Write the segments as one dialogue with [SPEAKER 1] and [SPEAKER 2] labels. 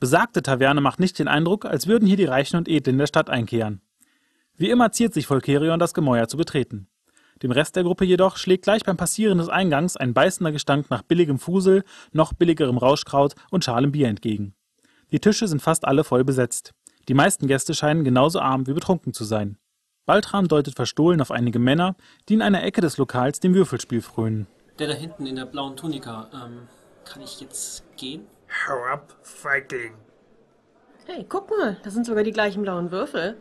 [SPEAKER 1] Besagte Taverne macht nicht den Eindruck, als würden hier die Reichen und Edlen der Stadt einkehren. Wie immer ziert sich Volkerion, das Gemäuer zu betreten. Dem Rest der Gruppe jedoch schlägt gleich beim Passieren des Eingangs ein beißender Gestank nach billigem Fusel, noch billigerem Rauschkraut und schalem Bier entgegen. Die Tische sind fast alle voll besetzt. Die meisten Gäste scheinen genauso arm wie betrunken zu sein. Baltram deutet verstohlen auf einige Männer, die in einer Ecke des Lokals dem Würfelspiel frönen.
[SPEAKER 2] Der da hinten in der blauen Tunika, ähm, kann ich jetzt gehen?
[SPEAKER 3] Hau ab, Feigling.
[SPEAKER 4] Hey, guck mal, das sind sogar die gleichen blauen Würfel.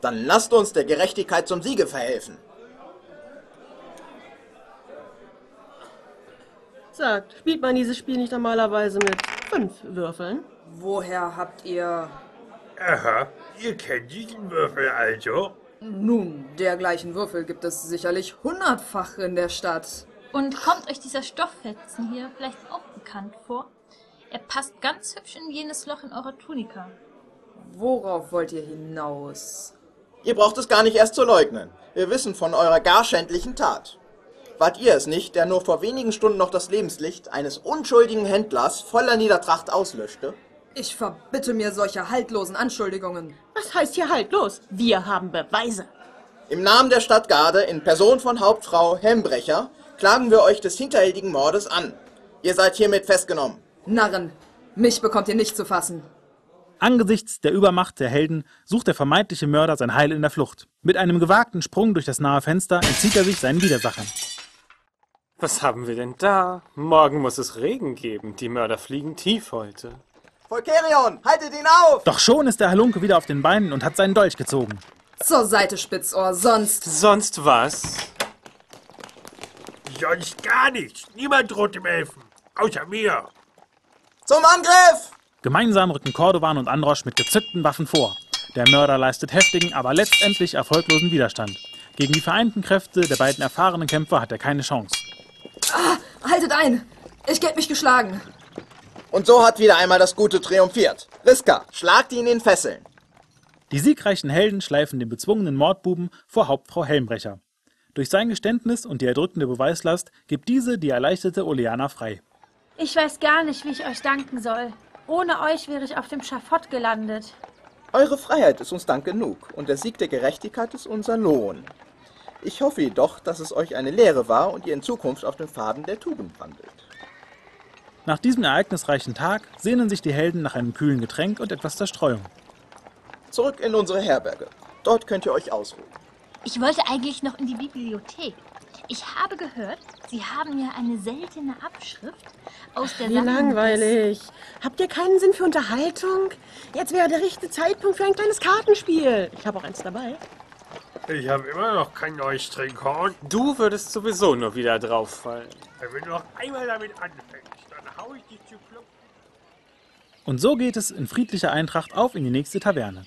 [SPEAKER 5] Dann lasst uns der Gerechtigkeit zum Siege verhelfen.
[SPEAKER 4] Sagt, spielt man dieses Spiel nicht normalerweise mit fünf Würfeln?
[SPEAKER 6] Woher habt ihr...
[SPEAKER 3] Aha, ihr kennt diesen Würfel also?
[SPEAKER 6] Nun, dergleichen Würfel gibt es sicherlich hundertfach in der Stadt.
[SPEAKER 7] Und kommt euch dieser Stofffetzen hier vielleicht auch bekannt vor? Er passt ganz hübsch in jenes Loch in eurer Tunika.
[SPEAKER 6] Worauf wollt ihr hinaus?
[SPEAKER 5] Ihr braucht es gar nicht erst zu leugnen. Wir wissen von eurer gar schändlichen Tat. Wart ihr es nicht, der nur vor wenigen Stunden noch das Lebenslicht eines unschuldigen Händlers voller Niedertracht auslöschte?
[SPEAKER 6] Ich verbitte mir solche haltlosen Anschuldigungen.
[SPEAKER 4] Was heißt hier halt los? Wir haben Beweise.
[SPEAKER 5] Im Namen der Stadtgarde, in Person von Hauptfrau Hembrecher, klagen wir euch des hinterhältigen Mordes an. Ihr seid hiermit festgenommen.
[SPEAKER 6] Narren, mich bekommt ihr nicht zu fassen.
[SPEAKER 1] Angesichts der Übermacht der Helden sucht der vermeintliche Mörder sein Heil in der Flucht. Mit einem gewagten Sprung durch das nahe Fenster entzieht er sich seinen Widersachern.
[SPEAKER 8] Was haben wir denn da? Morgen muss es Regen geben. Die Mörder fliegen tief heute.
[SPEAKER 5] Volkerion, haltet ihn auf!
[SPEAKER 1] Doch schon ist der Halunke wieder auf den Beinen und hat seinen Dolch gezogen.
[SPEAKER 6] Zur Seite, Spitzohr, sonst...
[SPEAKER 8] Sonst was?
[SPEAKER 3] Sonst gar nichts. Niemand droht ihm helfen. Außer mir.
[SPEAKER 5] Zum Angriff!
[SPEAKER 1] Gemeinsam rücken Cordovan und Androsch mit gezückten Waffen vor. Der Mörder leistet heftigen, aber letztendlich erfolglosen Widerstand. Gegen die vereinten Kräfte der beiden erfahrenen Kämpfer hat er keine Chance.
[SPEAKER 6] Ah, haltet ein! Ich geb mich geschlagen.
[SPEAKER 5] Und so hat wieder einmal das Gute triumphiert. Riska, schlagt ihn in Fesseln.
[SPEAKER 1] Die siegreichen Helden schleifen den bezwungenen Mordbuben vor Hauptfrau Helmbrecher. Durch sein Geständnis und die erdrückende Beweislast gibt diese die erleichterte Oleana frei.
[SPEAKER 9] Ich weiß gar nicht, wie ich euch danken soll. Ohne euch wäre ich auf dem Schafott gelandet.
[SPEAKER 5] Eure Freiheit ist uns Dank genug und der Sieg der Gerechtigkeit ist unser Lohn. Ich hoffe jedoch, dass es euch eine Lehre war und ihr in Zukunft auf dem Faden der Tugend wandelt.
[SPEAKER 1] Nach diesem ereignisreichen Tag sehnen sich die Helden nach einem kühlen Getränk und etwas Zerstreuung.
[SPEAKER 5] Zurück in unsere Herberge. Dort könnt ihr euch ausruhen.
[SPEAKER 7] Ich wollte eigentlich noch in die Bibliothek. Ich habe gehört, Sie haben ja eine seltene Abschrift aus der
[SPEAKER 4] Wie langweilig. Habt ihr keinen Sinn für Unterhaltung? Jetzt wäre der richtige Zeitpunkt für ein kleines Kartenspiel. Ich habe auch eins dabei.
[SPEAKER 3] Ich habe immer noch kein neues Trinkhorn.
[SPEAKER 8] Du würdest sowieso nur wieder drauffallen.
[SPEAKER 3] Wenn du noch einmal damit anfängst, dann hau ich dich zu Klumpen.
[SPEAKER 1] Und so geht es in friedlicher Eintracht auf in die nächste Taverne.